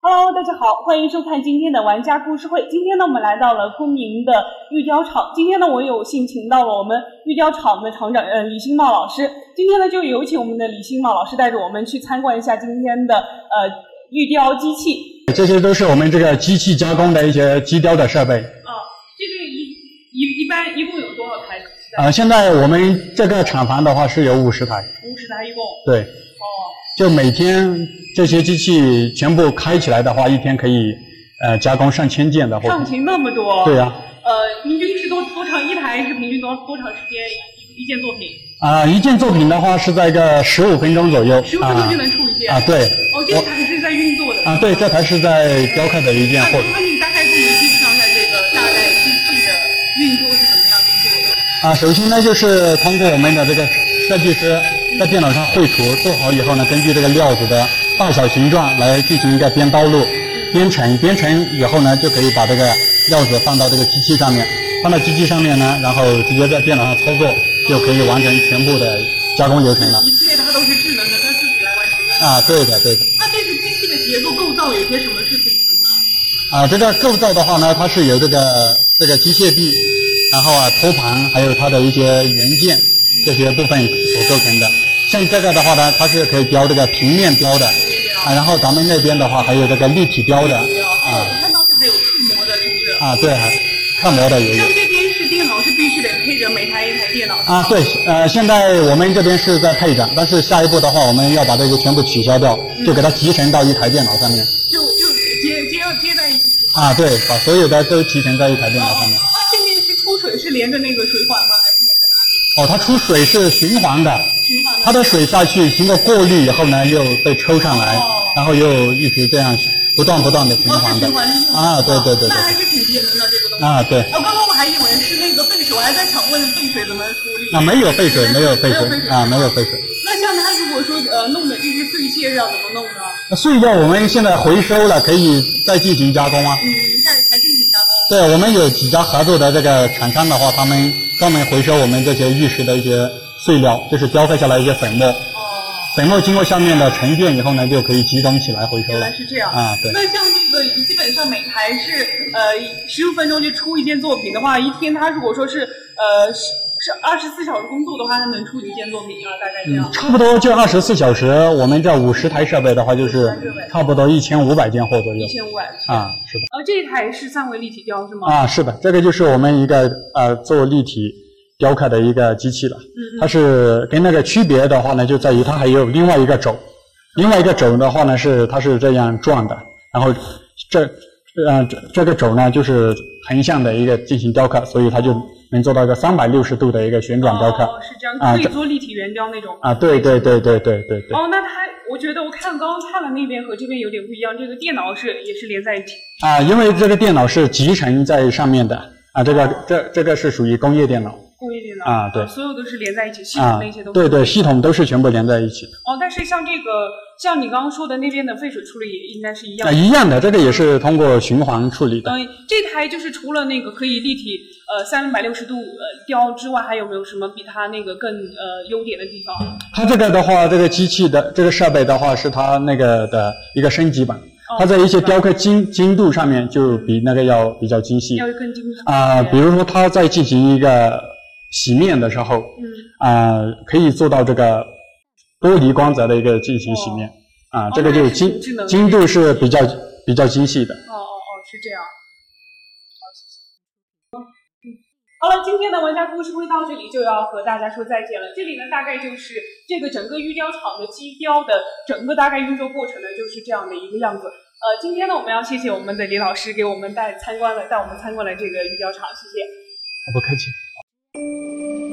Hello，大家好，欢迎收看今天的玩家故事会。今天呢，我们来到了昆明的玉雕厂。今天呢，我有幸请到了我们玉雕厂的厂长，呃，李新茂老师。今天呢，就有请我们的李新茂老师带着我们去参观一下今天的呃玉雕机器。这些都是我们这个机器加工的一些机雕的设备。这个一一一般一共有多少台机器？呃，现在我们这个厂房的话是有五十台，五十台一共。对，哦，就每天这些机器全部开起来的话，一天可以呃加工上千件的货上品。千那么多。对。呀、呃，平均是多多长一台是平均多多长时间一一件作品？啊、一件作品的话是在一个十五分钟左右。十五分钟就能出一件。啊啊，对，哦，这个台是在运作的。啊对，这台是在雕刻的一件那货我品。那你大概给我们介绍一下这个大概机器的运作是怎么样运作的？啊，首先呢，就是通过我们的这个设计师在电脑上绘图做好以后呢，根据这个料子的大小形状来进行一个编刀路、编程，编程以后呢，就可以把这个料子放到这个机器上面，放到机器上面呢，然后直接在电脑上操作，就可以完成全部的加工流程了。一系列它都是智能的，它自己来完成的。啊，对的，对的。那这个机器的结构构造有些什么是不同的？啊，这个构造的话呢，它是由这个这个机械臂，然后啊托盘，还有它的一些元件这些部分所构成的。像这个的话呢，它是可以雕这个平面雕的，啊，然后咱们那边的话还有这个立体雕的，我啊看到这还有触摸的，是不是？啊对，还看模的也有像。这边是电脑，是必须得配着每台一台电脑。啊，对，呃，现在我们这边是在配着，但是下一步的话，我们要把这个全部取消掉，就给它集成到一台电脑上面。就就接接接在一起。啊，对，把所有的都集成在一台电脑上面。那这边是出水是连着那个水管吗？还是连着哪里？哦，它出水是循环的，循环它的。的水下去，经过过滤以后呢，又被抽上来，然后又一直这样不断不断的循哦，环是的循环利用。啊，对对对那还对，是挺节能的这个东西。啊对，啊，刚刚我还以为是那个废水，我还在想问废水怎么处理。啊没有废水，没有废没有水啊，没有。废水。那像他如果说呃弄的这些碎屑要怎么弄呢？那碎料我们现在回收了，可以再进行加工啊。嗯，在还进行加工。对，我们有几家合作的这个厂商的话，他们专门回收我们这些玉石的一些碎料，就是雕刻下来一些粉末，哦，粉末经过下面的沉淀以后呢，就可以集中起来回收原了来。是这样啊对那像这个基本上每台是呃十五分钟就出一件作品的话，一天他如果说是呃是是二十四小时工作的话，他能出一件作品啊，大概这样。嗯差不多就二十四小时，我们这五十台设备的话，就是差不多一千五百件货左右一。千五百去。啊，是的，呃，这一台是三维立体雕是吗？啊，是的，这个就是我们一个呃做立体雕刻的一个机器了。它是跟那个区别的话呢，就在于它还有另外一个轴，另外一个轴的话呢是它是这样转的，然后这呃这这个轴呢就是横向的一个进行雕刻，所以它就能做到一个三百六十度的一个旋转雕刻。哦，是这样，啊可以这做立体圆雕那种。啊，对对对对对对对。哦，那它，我觉得我看刚刚看了那边和这边有点不一样，这个电脑是也是连在一起。啊，因为这个电脑是集成在上面的啊，这个这这个是属于工业电脑工业电脑呃啊对所有都是连在一起，系统啊那些都，是。对对，系统都是全部连在一起的哦，但是像这个，像你刚刚说的那边的废水处理也应该是一样啊，的。一样的，这个也是通过循环处理的嗯，这台就是除了那个可以立体呃三百六十度呃雕之外，还有没有什么比它那个更呃优点的地方？它这个的话，这个机器的这个设备的话，是它那个的一个升级版，哦它在一些雕刻精精度上面就比那个要比较精细要更精致啊，比如说它在进行一个洗面的时候嗯，啊，可以做到这个玻璃光泽的一个进行洗面啊，这个哦就那是是精智能精度是比较比较精细的。哦哦哦，是这样。好，谢谢。嗯，好了，今天的玩家故事会到这里就要和大家说再见了。这里呢，大概就是这个整个玉雕厂的机雕的整个大概运作过程呢，就是这样的一个样子。呃，今天呢，我们要谢谢我们的李老师给我们带参观了，带我们参观了这个玉雕厂，谢谢。不客气。 Thank